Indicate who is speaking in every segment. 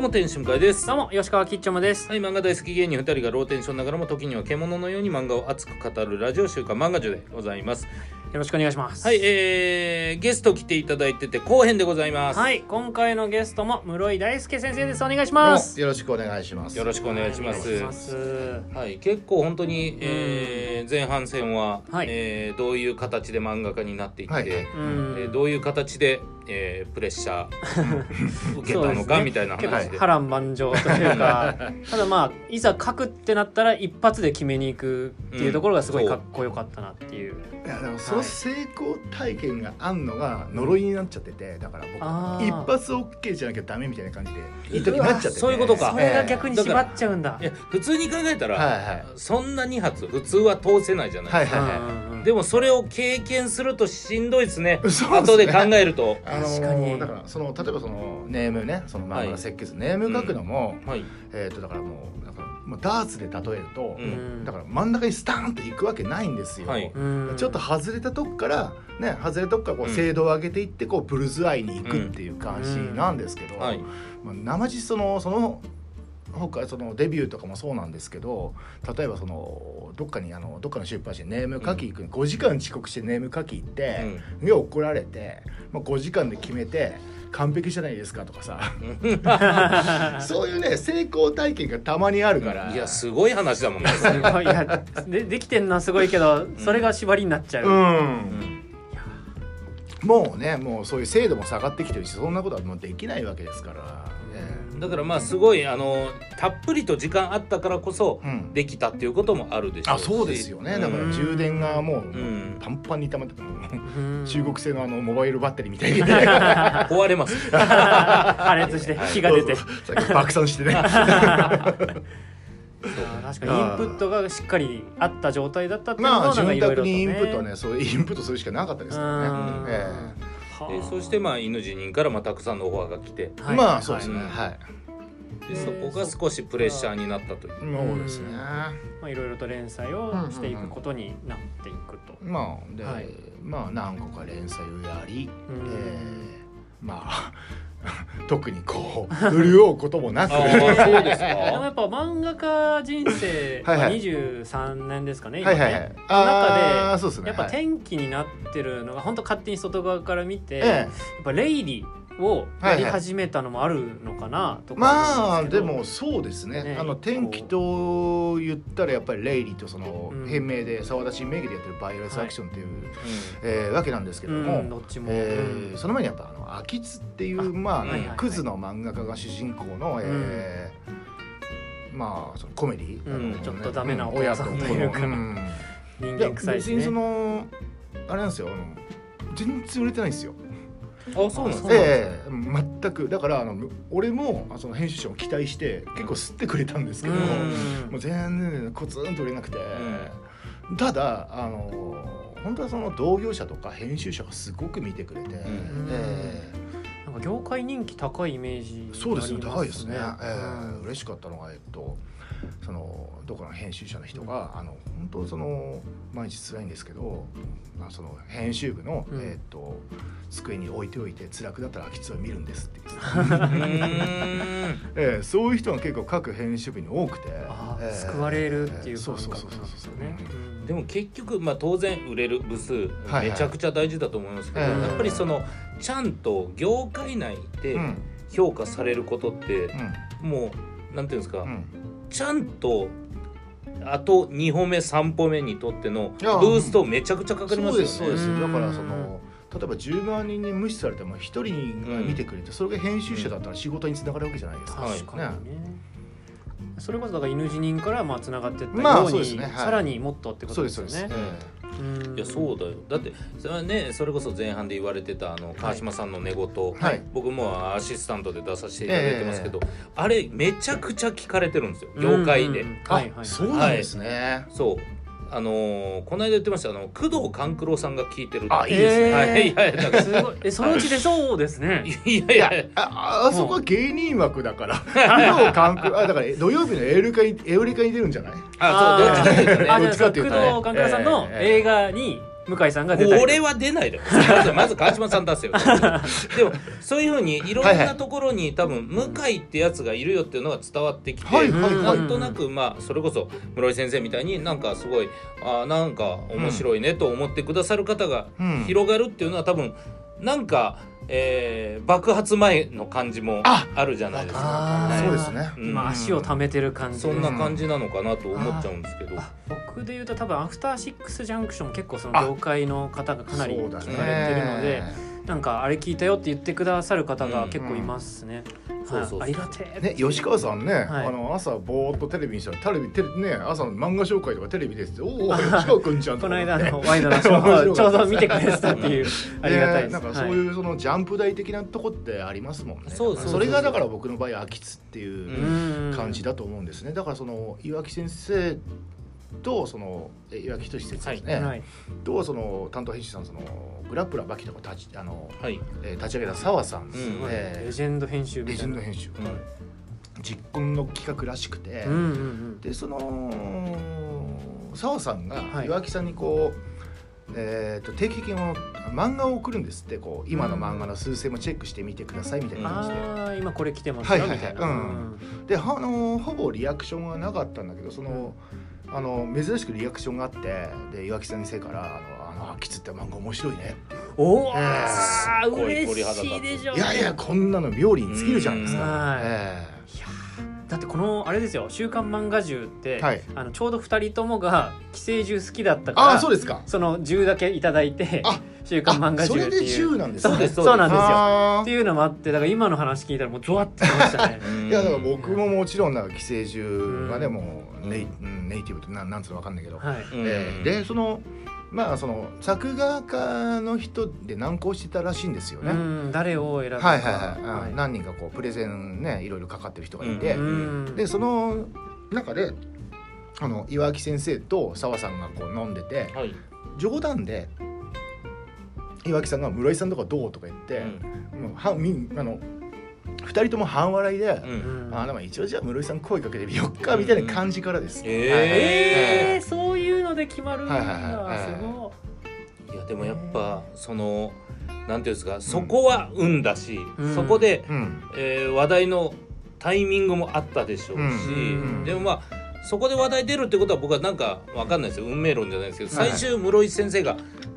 Speaker 1: も天使向井です
Speaker 2: どうも吉川きっちょもです
Speaker 1: はい漫画大好き芸人2人がローテンションながらも時には獣のように漫画を熱く語るラジオ週刊漫画女でございます
Speaker 2: よろしくお願いします
Speaker 1: はいえー、ゲスト来ていただいてて後編でございます、
Speaker 2: はい今回のゲストも室井大輔先生ですお願いし
Speaker 3: どう
Speaker 2: ま
Speaker 3: も
Speaker 2: す
Speaker 3: よろしくお願いします。
Speaker 1: よろしくお願いしま
Speaker 2: お願いし
Speaker 1: す
Speaker 2: ます
Speaker 1: はい、結構本当に、えー前半戦は、
Speaker 2: はい
Speaker 1: えーどういう形で漫画家になっていって、
Speaker 3: はい
Speaker 1: え
Speaker 2: うん
Speaker 1: ーどういう形で、えープレッシャ ー受けたの
Speaker 2: そうです
Speaker 1: か、
Speaker 2: ね
Speaker 1: みたいな
Speaker 2: 結
Speaker 1: 話
Speaker 2: 構
Speaker 1: で。
Speaker 2: 波乱万丈という かただまあいざ書くってなったら一発で決めに行くっていうところがすごいかっこよかったなっていう、
Speaker 3: いやでもその成功体験があんのが呪いになっちゃってて、だから
Speaker 2: あー
Speaker 3: 僕一発 OK じゃなきゃダメみたいな感じでいい時になっちゃってて、
Speaker 1: うわそういうことか
Speaker 2: それが逆に縛っちゃうんだ、
Speaker 1: いや普通に考えたら、
Speaker 3: はいはい
Speaker 1: そんな2発普通は通せないじゃないですか、
Speaker 3: はい
Speaker 2: うんうんうん
Speaker 1: でもそれを経験するとしんどいですね
Speaker 3: そうっすね
Speaker 1: 後で考えると
Speaker 3: あの
Speaker 2: 確かに
Speaker 3: だからその例えばそのネームね、その漫画
Speaker 1: はい
Speaker 3: の設計図、ネーム書くのも、
Speaker 1: はい
Speaker 3: えっ、とだからもうなんかもうダーツで例えると、
Speaker 1: うん
Speaker 3: だから真ん中にスターンっていくわけないんですよ。
Speaker 1: はい
Speaker 2: うん
Speaker 3: ちょっと外れたとこからね外れたとこからこ
Speaker 1: う
Speaker 3: うん精度を上げていってこうブルーズアイに行くっていう感じなんですけど、
Speaker 1: はい
Speaker 3: まあ、生地そのその他そのデビューとかもそうなんですけど例えばそのどっかにあのどっかの出版社にネーム書き行く、5時間遅刻してネーム書き行って、で怒られて、まあ、5時間で決めて完璧じゃないですかとかさ そういうね成功体験がたまにあるから、
Speaker 1: いやすごい話だもんね、
Speaker 2: すごいいやでできてんのはすごいけどそれが縛りになっちゃう、
Speaker 3: うんもうねもうそういう精度も下がってきてるしそんなことはもうできないわけですから、ね
Speaker 1: だからまあすごいあのたっぷりと時間あったからこそ
Speaker 3: うん
Speaker 1: できたっていうこともあるでしょう
Speaker 3: あ
Speaker 1: し
Speaker 3: そうですよねだか
Speaker 2: う
Speaker 3: ら
Speaker 2: ん
Speaker 3: 充電がもう、
Speaker 1: ん
Speaker 3: パンパンに溜まって
Speaker 2: うん
Speaker 3: 中国製のあのモバイルバッテリーみたいに ね
Speaker 1: 壊れます
Speaker 2: 破裂して火が出て
Speaker 3: そう そうさっき爆 散してね
Speaker 2: あー確かにインプットがしっかりあった状態だったっていうの
Speaker 3: まあ
Speaker 2: はなんか
Speaker 3: 潤
Speaker 2: いろい
Speaker 3: 沢
Speaker 2: ろと
Speaker 3: にインプットは
Speaker 2: う
Speaker 3: ねそうインプットするしかなかったですからね、
Speaker 2: ん
Speaker 3: え
Speaker 1: で
Speaker 2: はあ
Speaker 1: そしてまあ犬死人からまあたくさんのオファーが来て
Speaker 2: はい
Speaker 3: まあそうですね
Speaker 1: はい
Speaker 3: はい、
Speaker 1: でそこが少しプレッシャーになったという
Speaker 3: そうですね
Speaker 2: うんまあいろいろと連載をしていくことになっていくと、
Speaker 3: まあで、
Speaker 2: はい
Speaker 3: まあ何個か連載をやり、
Speaker 2: うん
Speaker 3: えーまあ 特にこう潤うこともな く
Speaker 1: あーそうですか
Speaker 2: でもやっぱ漫画家人生
Speaker 3: はいはい
Speaker 2: まあ23年ですかね今
Speaker 3: はい
Speaker 2: ね、
Speaker 3: はいはい。
Speaker 2: 中
Speaker 3: あーそうですね。
Speaker 2: やっぱ
Speaker 3: はい
Speaker 2: 天気になってるのが本当勝手に外側から見て、や
Speaker 3: ええ
Speaker 2: っぱレイリーをやり始めたのもあるのかなとか
Speaker 3: ま
Speaker 2: 思う
Speaker 3: あ
Speaker 2: んすけ
Speaker 3: で
Speaker 2: ど
Speaker 3: もそうですね
Speaker 2: ね
Speaker 3: あの天気と言ったらやっぱりレイリーとその
Speaker 2: うん
Speaker 3: 変名で沢田新名義でやってるバイオレスアクションっていう、えーわけなんですけど
Speaker 2: う
Speaker 3: も、
Speaker 2: ん、どっちも、
Speaker 3: えー
Speaker 2: うん
Speaker 3: その前にやっぱあの秋津っていう
Speaker 2: あ
Speaker 3: まあ、
Speaker 1: はいはいはい
Speaker 3: クズの漫画家が主人公の、えーまあそのコメディ、
Speaker 2: うん
Speaker 3: あの
Speaker 2: ちょっとダメな
Speaker 3: うん
Speaker 2: お父さん
Speaker 3: 親
Speaker 2: というか
Speaker 3: 子のん
Speaker 2: 人
Speaker 3: いや
Speaker 2: 間臭い
Speaker 3: 別
Speaker 2: し
Speaker 3: に
Speaker 2: ね
Speaker 3: そのあれなんですよあの全然売れてないんですよ。
Speaker 1: あそうなんです
Speaker 2: そう
Speaker 1: か
Speaker 2: なんです
Speaker 3: ええ全くだからあのむ俺もあその編集者も期待して結構吸ってくれたんですけど、
Speaker 1: うん
Speaker 3: もう全然コツンと売れなくて、ただあの本当はその同業者とか編集者がすごく見てくれて、
Speaker 1: ん
Speaker 3: ええ
Speaker 2: なんか業界人気高いイメージ、
Speaker 3: そうですね高いですね、ええ
Speaker 2: うん
Speaker 3: 嬉しかったのがえっとそのどこかの編集者の人が、あの本当その毎日辛いんですけど、まあ、その編集部の、
Speaker 2: うん
Speaker 3: えっと机に置いておいて辛くなったら空き巣を見るんですって言ってた
Speaker 1: うーん
Speaker 3: ええ、そういう人が結構各編集部に多くて、
Speaker 2: あー
Speaker 3: ええ
Speaker 2: 救われるっていう
Speaker 3: そう
Speaker 2: 感
Speaker 3: そうそう
Speaker 2: 覚
Speaker 3: そう
Speaker 2: なんです
Speaker 3: そ
Speaker 2: よ
Speaker 3: う
Speaker 2: ね。
Speaker 1: でも結局、まあ、当然売れる部数
Speaker 3: はい
Speaker 1: めちゃくちゃ大事だと思いますけど、
Speaker 3: うん
Speaker 1: やっぱりそのちゃんと業界内で
Speaker 3: うんうん
Speaker 1: 評価されることって、もうなんていうんですか、
Speaker 3: うん
Speaker 1: ちゃんとあと2歩目3歩目にとってのブ
Speaker 3: いや
Speaker 1: ーストめちゃくちゃかかりま
Speaker 3: そうです
Speaker 1: す
Speaker 3: そ
Speaker 1: よ
Speaker 3: う
Speaker 1: ね
Speaker 3: で。
Speaker 2: う
Speaker 3: す
Speaker 2: ん
Speaker 3: だからその例えば10万人に無視されても1人が見てくれてそれが編集者だったら仕事につながるわけじゃないですか、
Speaker 1: はい
Speaker 2: 確かにね。それこそだから犬死人からまあつながってったように、
Speaker 3: まあそうですねはい
Speaker 2: さらにもっとってこと
Speaker 3: そう
Speaker 2: で
Speaker 3: です
Speaker 2: すよ
Speaker 3: そうです、
Speaker 2: ね。
Speaker 3: え
Speaker 2: うん
Speaker 1: いやそうだよだってそれはねそれこそ前半で言われてたあの川島さんの寝言、
Speaker 3: えはい
Speaker 1: 僕もアシスタントで出させていただいてますけど、あれめちゃくちゃ聞かれてるんですよ業界で。
Speaker 2: うんうんはいはい。
Speaker 3: そうなんですね、
Speaker 1: そう。あのーこの間言ってましたあの工藤官九郎さんが聞いてるって
Speaker 3: あいい
Speaker 2: ですね
Speaker 1: はいいやいやだか
Speaker 2: すごい。えそのうちでそうですね
Speaker 1: ら。いや
Speaker 3: い
Speaker 1: い
Speaker 3: や
Speaker 1: やい
Speaker 3: ああそこは芸人枠だ から工藤官九あだから土曜日のエウレカにエウレカに出るんじゃない
Speaker 1: あそうどっちかっていうとね
Speaker 2: あじゃあ
Speaker 3: どっちかっていうとね
Speaker 2: 工藤官九郎さんの映画に向井さんが出たりとか
Speaker 1: 俺は出ないだろまず川島さん出せよでもそういうふうにいろんなところに多分向井ってやつがいるよっていうのが伝わってきて、
Speaker 3: はいはい
Speaker 1: な
Speaker 3: はい
Speaker 1: んとなくまあそれこそ室井先生みたいになんかすごいあーなんか面白いねと思ってくださる方が
Speaker 3: うん
Speaker 1: 広がるっていうのは多分なんか、えー爆発前の感じも
Speaker 3: あ
Speaker 1: あるじゃないですか。
Speaker 3: あ
Speaker 2: は
Speaker 3: あ
Speaker 2: い
Speaker 3: そうですね
Speaker 1: うん
Speaker 2: 今足を溜めてる感じ
Speaker 1: そ
Speaker 2: で
Speaker 1: んな感じなのかなと思っちゃうんですけど。
Speaker 2: 僕で言うと多分アフターシックスジャンクションも結構その業界の方がかなり
Speaker 3: そ
Speaker 2: 聞
Speaker 3: う
Speaker 2: か
Speaker 3: だ
Speaker 2: れ
Speaker 3: ね
Speaker 2: てるので、なんかあれ聞いたよって言ってくださる方が結構いますね、
Speaker 1: うん
Speaker 2: はい
Speaker 1: そうそうそう
Speaker 2: ありがてえ
Speaker 3: ね、吉川さんね、
Speaker 2: はい
Speaker 3: あの朝ぼーっとテレビにしたらテレビテレね朝の漫画紹介とかテレビですって「おお吉川くんじゃん」
Speaker 2: ことの
Speaker 3: か
Speaker 2: 間
Speaker 3: ね
Speaker 2: のワイドナショ ーをちょうど見てくれてたっていうありがたいです、
Speaker 3: なんかそう
Speaker 2: はい
Speaker 3: いうそのジャンプ台的なとこってありますもんね
Speaker 1: そうそうそう
Speaker 3: だかられがだから僕の場合空きつっていう
Speaker 2: うん
Speaker 3: 感じだと思うんですね、だからその岩木先生とそのえ岩木俊先生ですね、
Speaker 2: はい
Speaker 3: とその担当編集さんそのグラップラーバキとか立ちあの、
Speaker 1: はい。
Speaker 3: えー立ち上げた澤さん、
Speaker 1: うん
Speaker 2: すごい
Speaker 3: えー
Speaker 2: レジェンド編集
Speaker 3: レ
Speaker 2: み
Speaker 3: ジ
Speaker 2: た
Speaker 3: ェ
Speaker 2: い
Speaker 3: ン
Speaker 2: な
Speaker 3: ド編集、
Speaker 1: うん
Speaker 3: 実婚の企画らしくて、
Speaker 2: うんうん
Speaker 3: でその澤さん
Speaker 2: は
Speaker 3: が
Speaker 2: い
Speaker 3: 岩木さんにこう、えー、と定期的にこの漫画を送るんですってこう今の漫画の数勢もチェックしてみてくださいみたい
Speaker 2: うん
Speaker 3: な感じで、
Speaker 2: ああ今これ来てます
Speaker 3: はい
Speaker 2: よ
Speaker 3: はいはい
Speaker 2: みたいな、
Speaker 3: うんであのほぼリアクションはなかったんだけどその、あの珍しくリアクションがあってで岩木先生から「あのあの秋津って漫画面白いね
Speaker 2: おお、
Speaker 3: えー
Speaker 1: すっごい鳥
Speaker 2: 嬉
Speaker 1: 肌立つ
Speaker 2: しいでしょ」う
Speaker 3: い
Speaker 2: ね
Speaker 3: やいやこんなの妙理に尽きるじゃないです
Speaker 1: うん
Speaker 3: か。
Speaker 2: はい
Speaker 3: え
Speaker 2: だってこのあれですよ「週刊漫画獣」って、
Speaker 3: えはい、
Speaker 2: あのちょうど二人ともが寄生獣好きだったから
Speaker 3: ああそうですか。
Speaker 2: その銃だけいただいて
Speaker 3: あ
Speaker 2: 「週刊漫画
Speaker 3: あそ
Speaker 2: 獣」
Speaker 3: れ
Speaker 2: って
Speaker 3: で
Speaker 2: いう
Speaker 3: 10なんです
Speaker 2: そう
Speaker 3: ね
Speaker 2: です
Speaker 1: そうです
Speaker 2: そうなんですよ
Speaker 3: あー
Speaker 2: っていうのもあってだから今の話聞いたらもうゾワッとしました ね
Speaker 3: いやだから僕
Speaker 2: うん
Speaker 3: ももちろんなんか寄生獣がね
Speaker 2: うん
Speaker 3: もうネイ,うん、ネイティブってなんなんつうのわかんないけど、
Speaker 2: はい
Speaker 1: うん
Speaker 3: えーでそのまあその作画家の人で難航してたらしいんですよね。
Speaker 2: うん誰を選ぶか
Speaker 3: はいはいはい、うん
Speaker 2: はい
Speaker 3: 何人かこうプレゼンねいろいろかかってる人がいて、
Speaker 2: うん
Speaker 3: でその中であの岩木先生と澤さんがこう飲んでて
Speaker 1: はい。
Speaker 3: 冗談で岩木さんが「室井さんとかどう?」とか言って、もうはみんあの2人とも半笑いで。
Speaker 1: うんう。
Speaker 2: うんん
Speaker 3: あでも一応じゃあ室井さん声かけてみよっかみたいな感じからです、
Speaker 1: うん
Speaker 2: え
Speaker 1: え
Speaker 2: ー、そういうので決まるんだ、
Speaker 3: はいはいはいはい
Speaker 2: すご
Speaker 1: いやでもやっぱそのなんていうんですかそこは運だし、
Speaker 2: うん
Speaker 1: そこで、
Speaker 3: うん
Speaker 1: えー話題のタイミングもあったでしょうし、
Speaker 2: うん
Speaker 1: でもまあそこで話題出るってことは僕はなんかわかんないですよ運命論じゃないですけど
Speaker 3: はい
Speaker 1: 最終室井先生が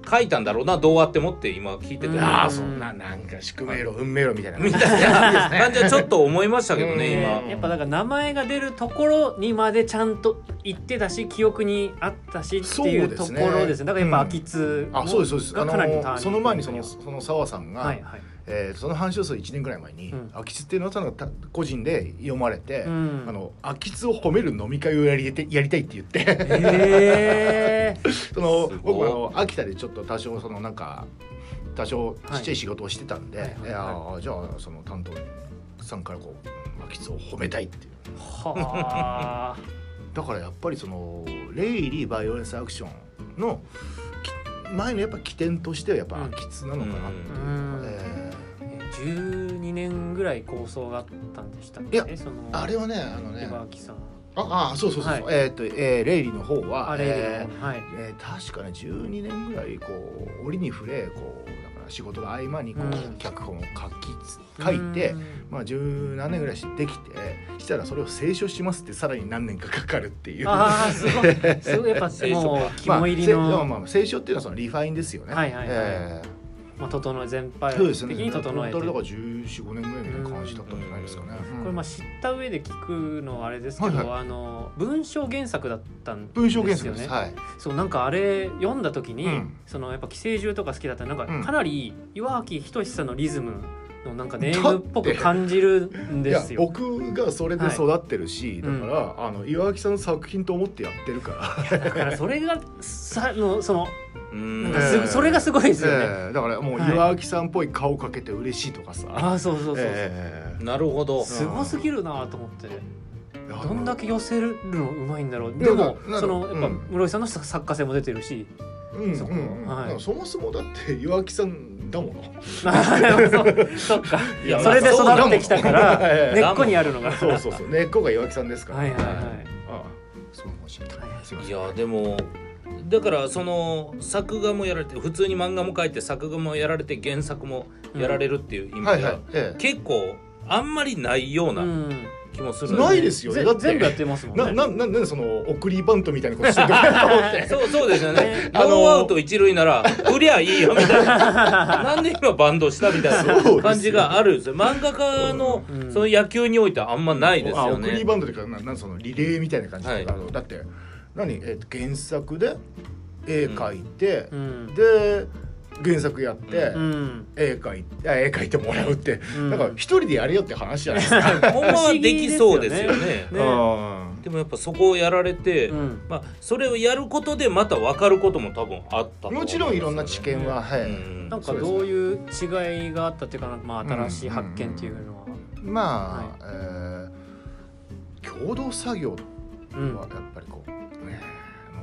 Speaker 1: 書いたんだろうなどうあってもって今聞いてて、
Speaker 2: うん
Speaker 3: あ
Speaker 1: あ
Speaker 3: あそんななんか宿命論運命論みたいな
Speaker 1: みたいな感じはちょっと思いましたけど
Speaker 2: い、
Speaker 1: ね
Speaker 3: うん
Speaker 1: 今。
Speaker 2: ねやっぱだから名前が出るところにまでちゃんと行ってたし記憶にあったしっていうところですね
Speaker 3: そうですね
Speaker 2: だからやっぱ空き通
Speaker 3: あそうですそうですあ
Speaker 2: がかなりのターニン
Speaker 3: の
Speaker 2: グ
Speaker 3: その前にそのその澤さんが、
Speaker 2: はいはい、
Speaker 3: えーその半周数1年ぐらい前に
Speaker 2: うん
Speaker 3: 「空き巣」っていうのはただた個人で読まれて、
Speaker 2: うん
Speaker 3: あの空き巣を褒める飲み会をやりてやりたいって言って
Speaker 2: ええ
Speaker 3: その
Speaker 1: すごい
Speaker 3: 僕はあの秋田でちょっと多少そのなんか多少ちっちゃい仕事をしてたんで、
Speaker 2: はい
Speaker 3: い
Speaker 2: はい
Speaker 3: や
Speaker 2: はい
Speaker 3: ーじゃあその担当さんからこう空き巣を褒めたいっていう。
Speaker 2: はあ
Speaker 3: だからやっぱりそのレイリー・バイオレンス・アクションのき前のやっぱ起点としてはやっぱ空き巣なのかなっていう
Speaker 2: う
Speaker 3: か、
Speaker 2: ん、
Speaker 3: え
Speaker 2: 12年ぐらい構想があったんでしたっけ
Speaker 3: いや
Speaker 2: その
Speaker 3: ーあれはねあのね
Speaker 2: 岩木さん
Speaker 3: ああそうそうそうそう、
Speaker 2: は
Speaker 3: えーっ、と、えーレイリーの方は
Speaker 2: あれ
Speaker 3: え
Speaker 2: でもはい
Speaker 3: ーえー確かね12年ぐらいこう折に触れこうだから仕事の合間にこう、
Speaker 2: うん
Speaker 3: 脚本を書きつ書いて、
Speaker 2: うん
Speaker 3: まあ十何年ぐらいしてできてしたらそれを清書しますってさらに何年かかかるっていう。
Speaker 2: ああすごいすごいやっぱ
Speaker 1: 聖書か
Speaker 2: もう肝入り
Speaker 3: まあせでも
Speaker 2: の、
Speaker 3: まあ、清書っていうのはそのリファインですよね。
Speaker 2: はいはいはい
Speaker 3: えー
Speaker 2: まあ、整え全般
Speaker 3: そうです
Speaker 2: 的
Speaker 3: ね。
Speaker 2: に整えて、
Speaker 3: トータルだか
Speaker 2: こ
Speaker 3: ら十四五年ぐらいの感じだったんじゃないですかね。
Speaker 2: れまあ知った上で聞くのはあれですけど、
Speaker 3: はいは
Speaker 2: あの文章原作だったんですよね
Speaker 3: 文章原作です。はい。
Speaker 2: そうなんかあれ読んだ時に、
Speaker 3: うん
Speaker 2: そのやっぱ寄生獣とか好きだったらなん
Speaker 3: う
Speaker 2: か
Speaker 3: ん
Speaker 2: かなり岩脇仁さんのリズムのなんかネームっぽく感じるん
Speaker 3: い
Speaker 2: で
Speaker 3: や
Speaker 2: すよ。
Speaker 3: 僕がそれで育ってるし、
Speaker 2: はい
Speaker 3: だから、あの岩脇さんの作品と思ってやってるから、
Speaker 2: だからそれがさのその
Speaker 1: うん
Speaker 2: なん
Speaker 3: え
Speaker 2: かす
Speaker 3: え
Speaker 2: それがすごいですよね。
Speaker 3: ええだからもう
Speaker 2: はい
Speaker 3: 岩脇さんっぽい顔かけて嬉しいとかさ、
Speaker 2: ああそうそうそうそう。
Speaker 3: ええ
Speaker 1: なるほど。
Speaker 2: すごすぎるなと思って
Speaker 3: いや
Speaker 2: どんだけ寄せるのうまいんだろう
Speaker 3: いや
Speaker 2: でも
Speaker 3: なな
Speaker 2: そのやっぱ
Speaker 3: うん
Speaker 2: 室井さんの作家性も出てるし
Speaker 3: うんうん
Speaker 2: そこ
Speaker 3: うん
Speaker 2: はい
Speaker 3: だからそもそもだって岩脇さんだもの
Speaker 2: まあでもそうそっか
Speaker 1: いや
Speaker 2: それで育ってきたから
Speaker 3: え
Speaker 2: 根
Speaker 3: え
Speaker 2: っこにあるのが
Speaker 3: そう そうそう根っこが岩脇さんですから
Speaker 2: はいはいはい
Speaker 3: ああそうかもしれないすいま
Speaker 1: い
Speaker 3: せん
Speaker 1: やでもだからその作画もやられて普通に漫画も書いて作画もやられて原作もやられるっていう意味
Speaker 3: はい
Speaker 1: で
Speaker 3: は、
Speaker 1: はい
Speaker 3: ええ
Speaker 1: 結構あんまりないよう
Speaker 2: う
Speaker 1: なん気もする
Speaker 3: うんないですよね
Speaker 2: ぜ
Speaker 3: だって
Speaker 2: 全部やってますもん
Speaker 3: な
Speaker 2: ね
Speaker 3: ななんでその送りバントみたいなことしてるのかなと思って
Speaker 1: そうそうですよね
Speaker 2: ね。
Speaker 1: ノーアウト一塁なら、売りゃいいよみたいな。なんで今バンドしたみたい
Speaker 3: そうです
Speaker 1: な
Speaker 3: よ
Speaker 1: 感じがあるんですよ。漫画家の
Speaker 2: うん
Speaker 1: その野球においてはあんまないです
Speaker 3: あ
Speaker 1: よ
Speaker 3: 送り
Speaker 1: ね。
Speaker 3: バンドというかななんそのリレーみたいな感じ、
Speaker 1: はい
Speaker 3: あのだって何、えー原作で絵描いて、
Speaker 2: うん
Speaker 3: で原作やって、
Speaker 1: う
Speaker 2: うん
Speaker 3: 絵描いてあ絵描いてもらうって、
Speaker 2: うん
Speaker 3: なんか一人でやれよって話じゃないですか。
Speaker 1: ほんまはできそうですよ
Speaker 2: 不
Speaker 1: ね。
Speaker 2: ね
Speaker 3: うん
Speaker 1: でもやっぱそこをやられて、
Speaker 2: うん
Speaker 1: まあそれをやることでまた分かることも多分あったと思
Speaker 3: もちろんいろんな知
Speaker 1: 見
Speaker 3: 見は、はい、
Speaker 2: なんかどういう違いがあったっていうかなんかまあ新しい発見っていうのは
Speaker 3: まあ、えー共同作業
Speaker 2: う
Speaker 3: は
Speaker 2: ん
Speaker 3: やっぱりこう、ね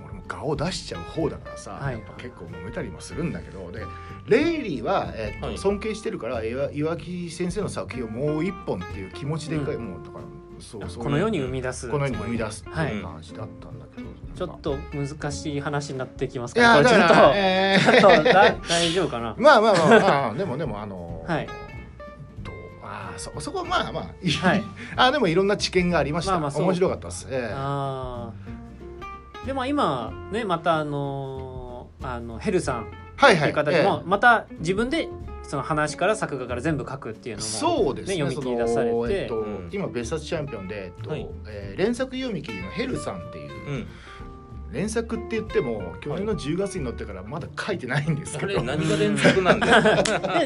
Speaker 3: 俺も顔を出しちゃう方だからさ、
Speaker 2: はい
Speaker 3: やっぱ結構揉めたりもするんだけどでレイリーは、えっと
Speaker 1: はい
Speaker 3: 尊敬してるから岩岩木先生の作品をもう一本っていう気持ちでかい、
Speaker 2: う
Speaker 3: もうだからそうそう
Speaker 2: この世に生み出す
Speaker 3: この世に生み出すって
Speaker 2: はいいう
Speaker 3: 感じだったんだけど、
Speaker 2: ちょっと難しい話になってきます
Speaker 3: い
Speaker 2: か
Speaker 3: や
Speaker 2: これ
Speaker 3: だ
Speaker 2: ち
Speaker 3: か
Speaker 2: ょっと
Speaker 3: ら、えー
Speaker 2: ちょっとだ大丈夫かな
Speaker 3: まあまあまあまあでもでもあの
Speaker 2: はい
Speaker 3: とあーそそこはまあまあいい、
Speaker 2: はい
Speaker 3: あーでもいろんな知見がありました、
Speaker 2: まあまあそう
Speaker 3: 面白かったです、えー
Speaker 2: あーでも今ねまたあのーあのヘルさん
Speaker 3: はい
Speaker 2: って
Speaker 3: はいいう
Speaker 2: 方
Speaker 3: え
Speaker 2: で
Speaker 3: ー
Speaker 2: もまた自分でその話から作画から全部書くっていうのも
Speaker 3: そうですね
Speaker 2: ね読み切り出されて
Speaker 3: そのえっと
Speaker 1: うん
Speaker 3: 今別冊チャンピオンで、えっと
Speaker 1: はい
Speaker 3: えー連作読み切りのヘルさんっていう、
Speaker 1: うん、
Speaker 3: 連作って言っても去年の10月に載ってからまだ書いてないんです
Speaker 1: あ
Speaker 3: け
Speaker 1: れ
Speaker 3: ど、
Speaker 1: 何が連続なんだよ
Speaker 2: で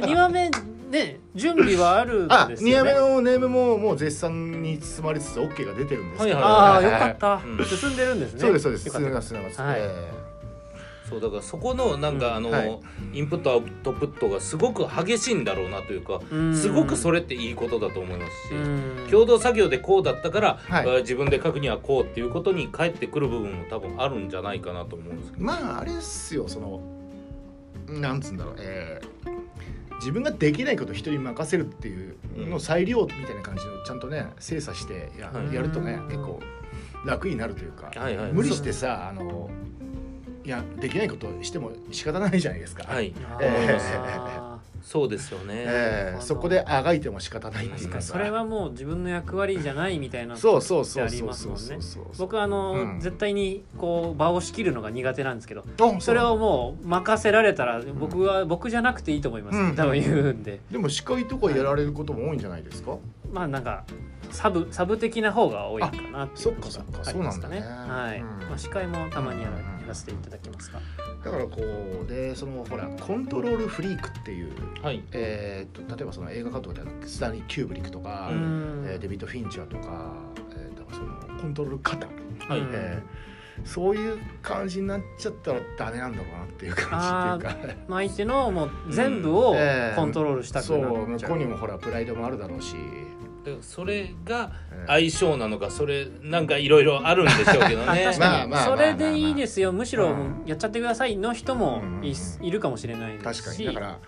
Speaker 2: 2話目ね準備はあるん
Speaker 3: あ
Speaker 2: です
Speaker 3: 2
Speaker 2: よ
Speaker 3: 話目
Speaker 2: ね
Speaker 3: のネームももう絶賛に包まれつつ OK が出てるんですけど、
Speaker 1: はい
Speaker 2: ああ
Speaker 1: は
Speaker 2: よかった
Speaker 1: うん
Speaker 2: 進んでるんですね
Speaker 3: そうですそうです
Speaker 2: よか
Speaker 3: 進
Speaker 2: っ
Speaker 3: めま
Speaker 2: た
Speaker 3: す進めます、
Speaker 2: はい
Speaker 3: え
Speaker 1: そうだからそこのなんかあの、
Speaker 3: うんはい
Speaker 1: インプットアウトプットがすごく激しいんだろうなというか
Speaker 2: うん
Speaker 1: すごくそれっていいことだと思いますし、
Speaker 2: うん
Speaker 1: 共同作業でこうだったから、
Speaker 3: はい
Speaker 1: あー自分で書くにはこうっていうことに返ってくる部分も多分あるんじゃないかなと思うんですけ
Speaker 3: ーまああれですよそのなんつうんだろう、えー自分ができないことを人に任せるっていうのを裁量みたいな感じのちゃんとね精査してや,、
Speaker 1: はい
Speaker 3: やるとね結構楽になるというか、
Speaker 1: ど。はいはい、
Speaker 3: 無理してさあのいやできないことをしても仕方ないじゃないですか、
Speaker 1: そうはい
Speaker 2: あ
Speaker 3: え
Speaker 2: ー
Speaker 1: そうですよね、
Speaker 3: ええそこであがいても仕方ないってい
Speaker 2: 確
Speaker 3: う
Speaker 2: かに
Speaker 3: か
Speaker 2: それはもう自分の役割じゃないみたいな
Speaker 3: そうそうそ
Speaker 2: あ
Speaker 3: う
Speaker 2: り
Speaker 3: そう
Speaker 2: ます
Speaker 3: そ
Speaker 2: も
Speaker 3: うん
Speaker 2: ね
Speaker 3: そうそうそう
Speaker 2: 僕あの、
Speaker 3: うん
Speaker 2: 絶対にこう場を仕切るのが苦手なんですけど
Speaker 3: あ
Speaker 2: それをもう任せられたら僕は、僕じゃなくていいと思います、
Speaker 3: うん
Speaker 2: 多分言うんで
Speaker 3: でも司会とかやられることも多いんじゃないですか、
Speaker 2: まあなんかサブサブ的な方が多いかなっていうのが
Speaker 3: あそっかそっか
Speaker 2: ありますかね。
Speaker 3: そうなんだね
Speaker 2: はい。
Speaker 3: うん
Speaker 2: まあ司会もたまにやら
Speaker 3: うんうん
Speaker 2: やらせていただきますか。
Speaker 3: だからこうでそのほらコントロールフリークっていう、
Speaker 1: はい
Speaker 3: えー、と例えばその映画監督であるスタンリー・キューブリックとか、
Speaker 1: う
Speaker 3: えーデビッド・フィンチャーとか,、えーだからそのコントロール方、
Speaker 1: はい、
Speaker 2: うん
Speaker 3: えーそういう感じになっちゃったらダメなんだろうなっていう感じっていうか。
Speaker 2: まあ相手のもう全部を
Speaker 3: うんええ
Speaker 2: コントロールしたく
Speaker 3: そう
Speaker 2: なっ
Speaker 3: 向
Speaker 2: ちゃ
Speaker 3: こ
Speaker 2: う。
Speaker 3: うにもほらプライドもあるだろうし、
Speaker 1: だからそれが
Speaker 3: えー
Speaker 1: 相性なのかそれなんかいろいろあるんでしょうけど
Speaker 2: あ
Speaker 1: ね
Speaker 2: 確
Speaker 3: ま
Speaker 2: か
Speaker 3: あ
Speaker 2: に、
Speaker 3: まあ
Speaker 2: それでいいですよむしろ
Speaker 3: うん
Speaker 2: やっちゃってくださいの人もい,、
Speaker 3: うん
Speaker 2: いるかもしれないですし
Speaker 3: 確かにだから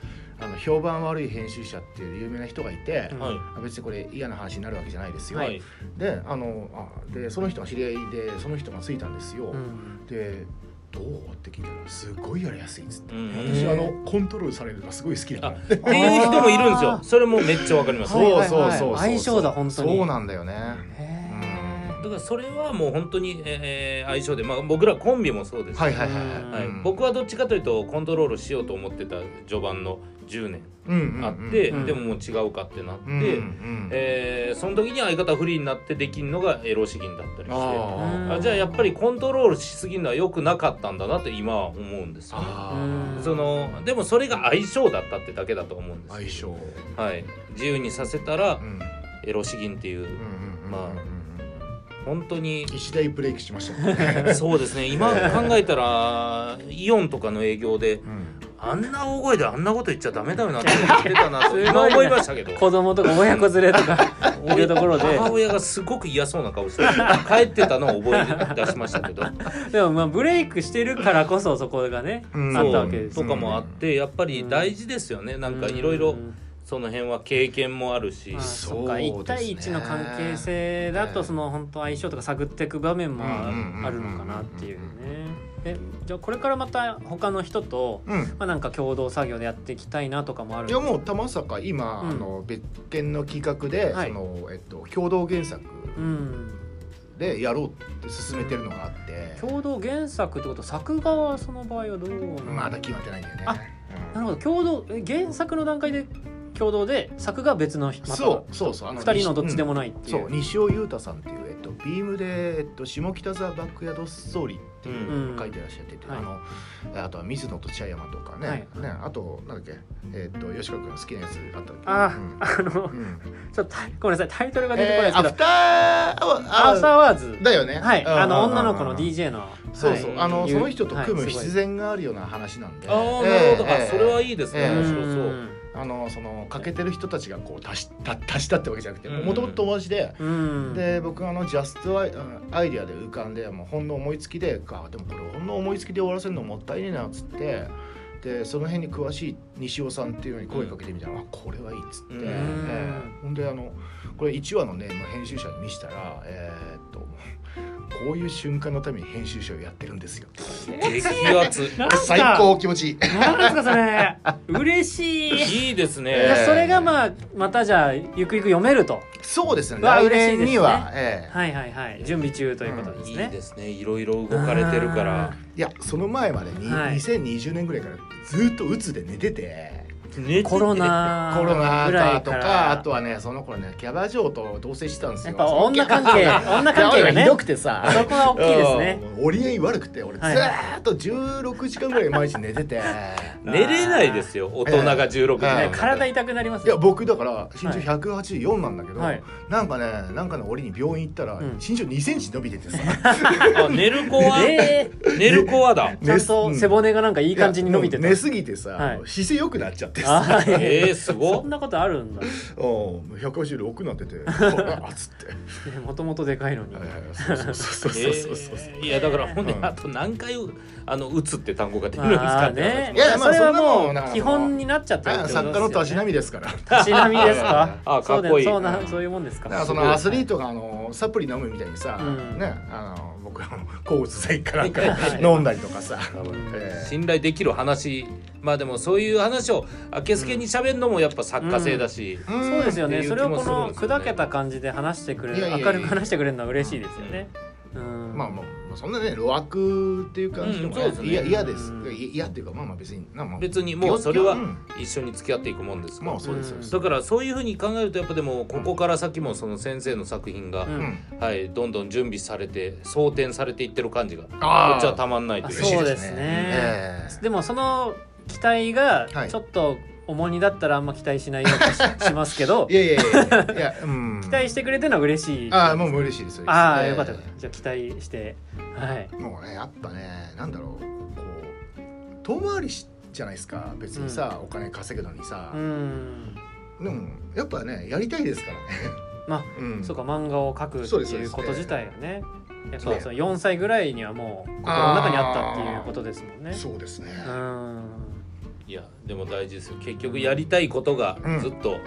Speaker 3: あの評判悪い編集者っていう有名な人がいて、
Speaker 2: うん
Speaker 1: はい
Speaker 3: あ別にこれ嫌な話になるわけじゃないですよ、
Speaker 1: はい
Speaker 3: であのあでその人が知り合いでその人がついたんですよ、
Speaker 2: うん
Speaker 3: でどうって聞いたらすごいやりやすいっつって、
Speaker 1: うん
Speaker 3: 私
Speaker 2: へー
Speaker 3: あのコントロールされるのがすごい好きだから
Speaker 1: っていう人もいるんですよ
Speaker 2: あー
Speaker 1: それもめっちゃわかります
Speaker 2: はいはいはい
Speaker 3: そうそうそうそう
Speaker 2: 相性だ本当に
Speaker 3: そうなんだよね
Speaker 2: へ
Speaker 1: だからそれはもう本当に、えー相性で、まあ、僕らコンビもそうです、
Speaker 3: はいはいはい
Speaker 2: うん
Speaker 1: はい
Speaker 3: うん
Speaker 1: 僕はどっちかというとコントロールしようと思ってた序盤の10年
Speaker 3: うんうんうん
Speaker 1: あって、
Speaker 2: うん
Speaker 1: でももう違うかってなって、
Speaker 3: うんうん
Speaker 1: えーその時に相方フリーになってできんのがエロ資源だったりしてあ
Speaker 2: ー
Speaker 3: あ
Speaker 1: じゃあやっぱりコントロールしすぎるのは良くなかったんだなと今は思うんですよね。
Speaker 3: あ
Speaker 2: うん
Speaker 3: ー
Speaker 1: そのでもそれが相性だったってだけだと思うんです
Speaker 3: 相性
Speaker 1: はい、自由にさせたら
Speaker 3: うん
Speaker 1: エロ資源っていう
Speaker 3: うんうんうん
Speaker 1: まあ
Speaker 3: うん
Speaker 1: 本当 に
Speaker 3: 一大ブレイクしました ね
Speaker 1: そうですね今考えたらイオンとかの営業で
Speaker 3: うん
Speaker 1: あんな大声であんなこと言っちゃダメだよなって言ってたなと 今思いましたけど
Speaker 2: 子供とか親子連れ とかいるところで
Speaker 1: 母親がすごく嫌そうな顔して帰ってたのを覚え出しましたけど
Speaker 2: で もまあブレイクしてるからこそそこがね、
Speaker 3: うん
Speaker 2: あったわけです
Speaker 1: と
Speaker 2: よ
Speaker 1: かもあってやっぱり大事ですよねなんかいろいろその辺は経験もあるし
Speaker 2: まあ、
Speaker 3: そう
Speaker 2: そっか
Speaker 3: ですね
Speaker 2: 1対1の関係性だとその本当相性とか探っていく場面も
Speaker 3: うんうんうんうん
Speaker 2: あるのかなっていうね。えじゃあこれからまた他の人と、
Speaker 3: うん
Speaker 2: まあ、なんか共同作業でやっていきたいなとかもある
Speaker 3: いやもう玉坂今、
Speaker 2: うん
Speaker 3: あの別件の企画で、
Speaker 2: はい
Speaker 3: そのえっと、共同原作
Speaker 2: うん
Speaker 3: でやろうって進めてるのがあって、
Speaker 2: 共同原作ってこと作画はその場合はどうなん
Speaker 3: まだ決まってないんだよね。
Speaker 2: あなるほど共同え原作の段階で共同で作画別の人
Speaker 3: うん
Speaker 2: また
Speaker 3: そうそうそうあ
Speaker 2: 2人のどっちで
Speaker 3: うん
Speaker 2: もないってい
Speaker 3: そう
Speaker 2: う,、
Speaker 3: 西尾裕太さんっていう、えっと、ビームで、えっと、下北沢バックヤードストーリーっていう
Speaker 1: うん
Speaker 3: 書いてらっしゃってて、
Speaker 2: はい
Speaker 3: あのあとは水野と茶山とかね,、
Speaker 2: はい
Speaker 3: ねあとなんだっけ、えっと吉川君の好きなやつあったっけ
Speaker 2: あー
Speaker 3: うん
Speaker 2: あのちょ
Speaker 3: う
Speaker 2: っ
Speaker 3: ん
Speaker 2: とタイごめんなさいタイトルが出てこな
Speaker 3: え
Speaker 2: いで
Speaker 3: ー
Speaker 2: す
Speaker 3: ア
Speaker 2: け
Speaker 3: フ
Speaker 2: ど
Speaker 3: ター
Speaker 2: アーサ
Speaker 3: あ
Speaker 2: ーワーズ
Speaker 3: だよね
Speaker 2: はいあの
Speaker 3: うんうんうん
Speaker 2: 女の子の DJ の
Speaker 3: そう
Speaker 2: はい
Speaker 3: そうあの
Speaker 2: いう
Speaker 3: その人と組む
Speaker 2: はいすごい
Speaker 3: 必然があるような話なんで、
Speaker 1: ああなるほど、
Speaker 3: ええ
Speaker 1: あそれはいいですね、
Speaker 3: ええ
Speaker 1: 面白そう、
Speaker 3: あのその欠けてる人たちがこう足した足したってわけじゃなくて
Speaker 1: うん
Speaker 3: もともと友達で、
Speaker 2: うん
Speaker 3: で僕あのジャストアイアイディアで浮かんでもうほんの思いつきでかでもこれほんの思いつきで終わらせるのもったいねえなっつってでその辺に詳しい西尾さんっていうのに声かけてみたら、あこれはいいっつって、
Speaker 1: うん
Speaker 3: ええほんであのこれ1話のねまあ編集者に見せたらえーっとこういう瞬間のために編集者をやってるんですよ
Speaker 1: 激アツ
Speaker 2: なんか
Speaker 3: 最高気持ちいい
Speaker 2: なんですかそ れ嬉しい
Speaker 1: いいですね、
Speaker 2: いや
Speaker 3: ええ
Speaker 2: それがまあまたじゃあゆくゆく読めると
Speaker 3: そうですね
Speaker 2: うわ
Speaker 3: 来
Speaker 2: 嬉しい
Speaker 3: 年
Speaker 2: ですね
Speaker 3: には、ええ
Speaker 2: はいはいはい準備中ということです
Speaker 1: いい
Speaker 2: ね、
Speaker 1: ですねいろいろ動かれてるから
Speaker 3: いやその前までに、
Speaker 2: はい
Speaker 3: 2020年ぐらいからずっと鬱で寝てて
Speaker 1: 寝てて
Speaker 2: コロナ
Speaker 3: コロナ
Speaker 2: ぐら
Speaker 3: だ
Speaker 2: い
Speaker 3: と
Speaker 2: か
Speaker 3: からあとはねその頃ねキャバ嬢と同棲してたんですよ
Speaker 2: やっぱ女関 係女
Speaker 3: キ
Speaker 2: 関
Speaker 3: ャバ
Speaker 2: 係
Speaker 3: 嬢
Speaker 2: がね
Speaker 3: ひどくてさ
Speaker 2: そこは大きいですね
Speaker 3: うん折り合い悪くて俺ず
Speaker 2: はい
Speaker 3: ーっと16時間ぐらい毎日寝てて、
Speaker 1: 寝れないですよ大人が16時
Speaker 3: え
Speaker 1: 間
Speaker 3: え
Speaker 2: 体痛くなります
Speaker 3: い
Speaker 2: ね
Speaker 3: や僕だから身長184なんだけど、
Speaker 2: はい
Speaker 3: なんかねなんかね俺に病院行ったら
Speaker 2: うん
Speaker 3: 身長2センチ伸びててさ、
Speaker 1: あ寝る子は、
Speaker 2: え
Speaker 1: 寝る子はだ
Speaker 2: ー、ちゃんと背骨がなん かい
Speaker 3: い
Speaker 2: い感じに伸びて
Speaker 3: や
Speaker 2: た
Speaker 3: もう寝すぎてさ、
Speaker 2: はい
Speaker 3: 姿勢良くなっちゃってさ
Speaker 2: あー
Speaker 1: えー、すご
Speaker 2: そんなことあるんだ
Speaker 3: うん186なっててあっつって、
Speaker 2: もともとでかいのに、
Speaker 3: えーそうそうそ
Speaker 1: え
Speaker 3: うそうそうそうそう
Speaker 1: ーいやだからほんで、
Speaker 3: うん
Speaker 1: あと何回あの「打つ」って単語が出るんです
Speaker 2: ま
Speaker 1: か
Speaker 2: あ
Speaker 1: って話
Speaker 2: ね
Speaker 3: いやま
Speaker 2: そ
Speaker 3: あ
Speaker 2: れはも
Speaker 3: そんなもん
Speaker 2: う基本になっちゃってるって
Speaker 3: あ
Speaker 2: ことですよ、
Speaker 3: 作
Speaker 2: ね、
Speaker 3: 家のた しなみですから
Speaker 2: たしなみですか
Speaker 1: あかっこいい
Speaker 2: そうだそうなそういうもんですか
Speaker 3: だからそのアスリートがあのサプリ飲むみたいにさ、
Speaker 2: うん
Speaker 3: ねあの僕は抗うつ剤かなんか
Speaker 2: はい
Speaker 3: 飲んだりとかさ、
Speaker 2: ん
Speaker 3: えー
Speaker 1: 信頼できる話まあでもそういう話をあけすけに喋るのもやっぱ作家性だし、
Speaker 3: ん
Speaker 2: そうですよ
Speaker 1: っ
Speaker 2: ね
Speaker 1: ていう
Speaker 2: そ
Speaker 1: 気
Speaker 2: れを
Speaker 1: も
Speaker 2: こ
Speaker 1: するん
Speaker 2: の
Speaker 1: ですよね
Speaker 2: 砕けた感じで話してくれる
Speaker 3: いやいやいや
Speaker 2: 明るく話してくれるのは嬉しいですよね、うん
Speaker 3: まあもうそんなね露悪っていう感じでも
Speaker 1: うんそうですね
Speaker 3: いや嫌です
Speaker 2: うん
Speaker 3: いや嫌っていうかまあまあ別になまあ
Speaker 1: 別にもうそれは
Speaker 3: うん
Speaker 1: 一緒に付き合っていくもんですから、
Speaker 3: まあそうですよ、
Speaker 1: だからそういうふうに考えるとやっぱでもここから先もその先生の作品が、
Speaker 2: うん
Speaker 3: うん
Speaker 1: はい、どんどん準備されて装填されていってる感じがこ
Speaker 3: あー
Speaker 1: っちはたまんないと
Speaker 2: あ
Speaker 1: いう
Speaker 2: そうですね
Speaker 3: ええ
Speaker 2: でもその期待が
Speaker 3: はい
Speaker 2: ちょっと重荷だったらあんま期待しないようにししますけど
Speaker 3: いやいやいやいやいや、うん、
Speaker 2: 期待してくれてるのは嬉しい
Speaker 3: ああもう嬉しいです
Speaker 2: ああ、
Speaker 3: ええ
Speaker 2: よかったよかったじゃあ期待してはい
Speaker 3: もうねやっぱねなんだろうこう遠回りしじゃないですか別にさ、お金稼ぐのにさ
Speaker 2: う、ん
Speaker 3: でもやっぱねやりたいですからね
Speaker 2: まあ、
Speaker 3: うん
Speaker 2: そうか漫画を描く
Speaker 3: そうで
Speaker 2: って
Speaker 3: すそ
Speaker 2: い
Speaker 3: うで
Speaker 2: う
Speaker 3: す
Speaker 2: こと自体がねやっ
Speaker 1: そ
Speaker 2: ぱ
Speaker 1: う
Speaker 2: その4歳ぐらいにはもう心の中にあったっていうことですもんね
Speaker 3: そうですね、
Speaker 2: うん
Speaker 1: いやでも大事ですよ結局やりたいことが
Speaker 3: うん
Speaker 1: ずっと、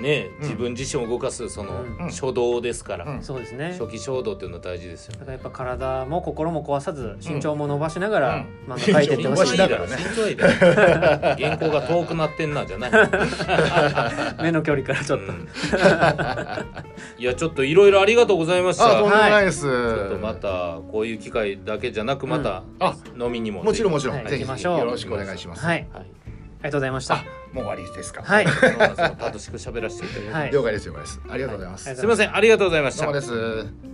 Speaker 1: ね
Speaker 3: ん
Speaker 1: 自分自身を動かすその
Speaker 2: うん
Speaker 1: 初動ですから、
Speaker 3: うん
Speaker 2: そうですね
Speaker 1: 初期衝動っていうのは大事ですよね
Speaker 2: だからやっぱ体も心も壊さず身長も伸ばしながら
Speaker 3: うん
Speaker 2: 漫画描いてって
Speaker 1: 身
Speaker 2: ほ
Speaker 1: 長
Speaker 2: し
Speaker 1: い
Speaker 2: い
Speaker 1: い
Speaker 3: 伸ばしな
Speaker 1: だ
Speaker 3: が
Speaker 1: ろ
Speaker 3: らね
Speaker 1: 身長はいいだろ原稿が遠くなってんなじゃない、う
Speaker 2: 目の距離からちょっと
Speaker 1: んいやちょっといろいろありがとうございまし
Speaker 3: あ
Speaker 1: た
Speaker 3: とんでもないです、
Speaker 1: ちょっとまたこういう機会だけじゃなくまた
Speaker 3: あ
Speaker 1: 飲みにも、
Speaker 3: もちろんもちろん、
Speaker 2: はい
Speaker 3: ぜ
Speaker 2: 行きま
Speaker 3: ひ
Speaker 2: しょう
Speaker 3: よろしくお願いします、
Speaker 2: はい
Speaker 1: はい、
Speaker 2: ありがとうございました
Speaker 3: あもう終わりですか
Speaker 2: はい
Speaker 1: そうなんですよ楽しく喋らせていただきます、
Speaker 2: はい
Speaker 3: 了解です了解ですありがとうございます、
Speaker 2: はいありがと
Speaker 1: すいませんありがとうございまし
Speaker 3: どう
Speaker 1: た
Speaker 3: もです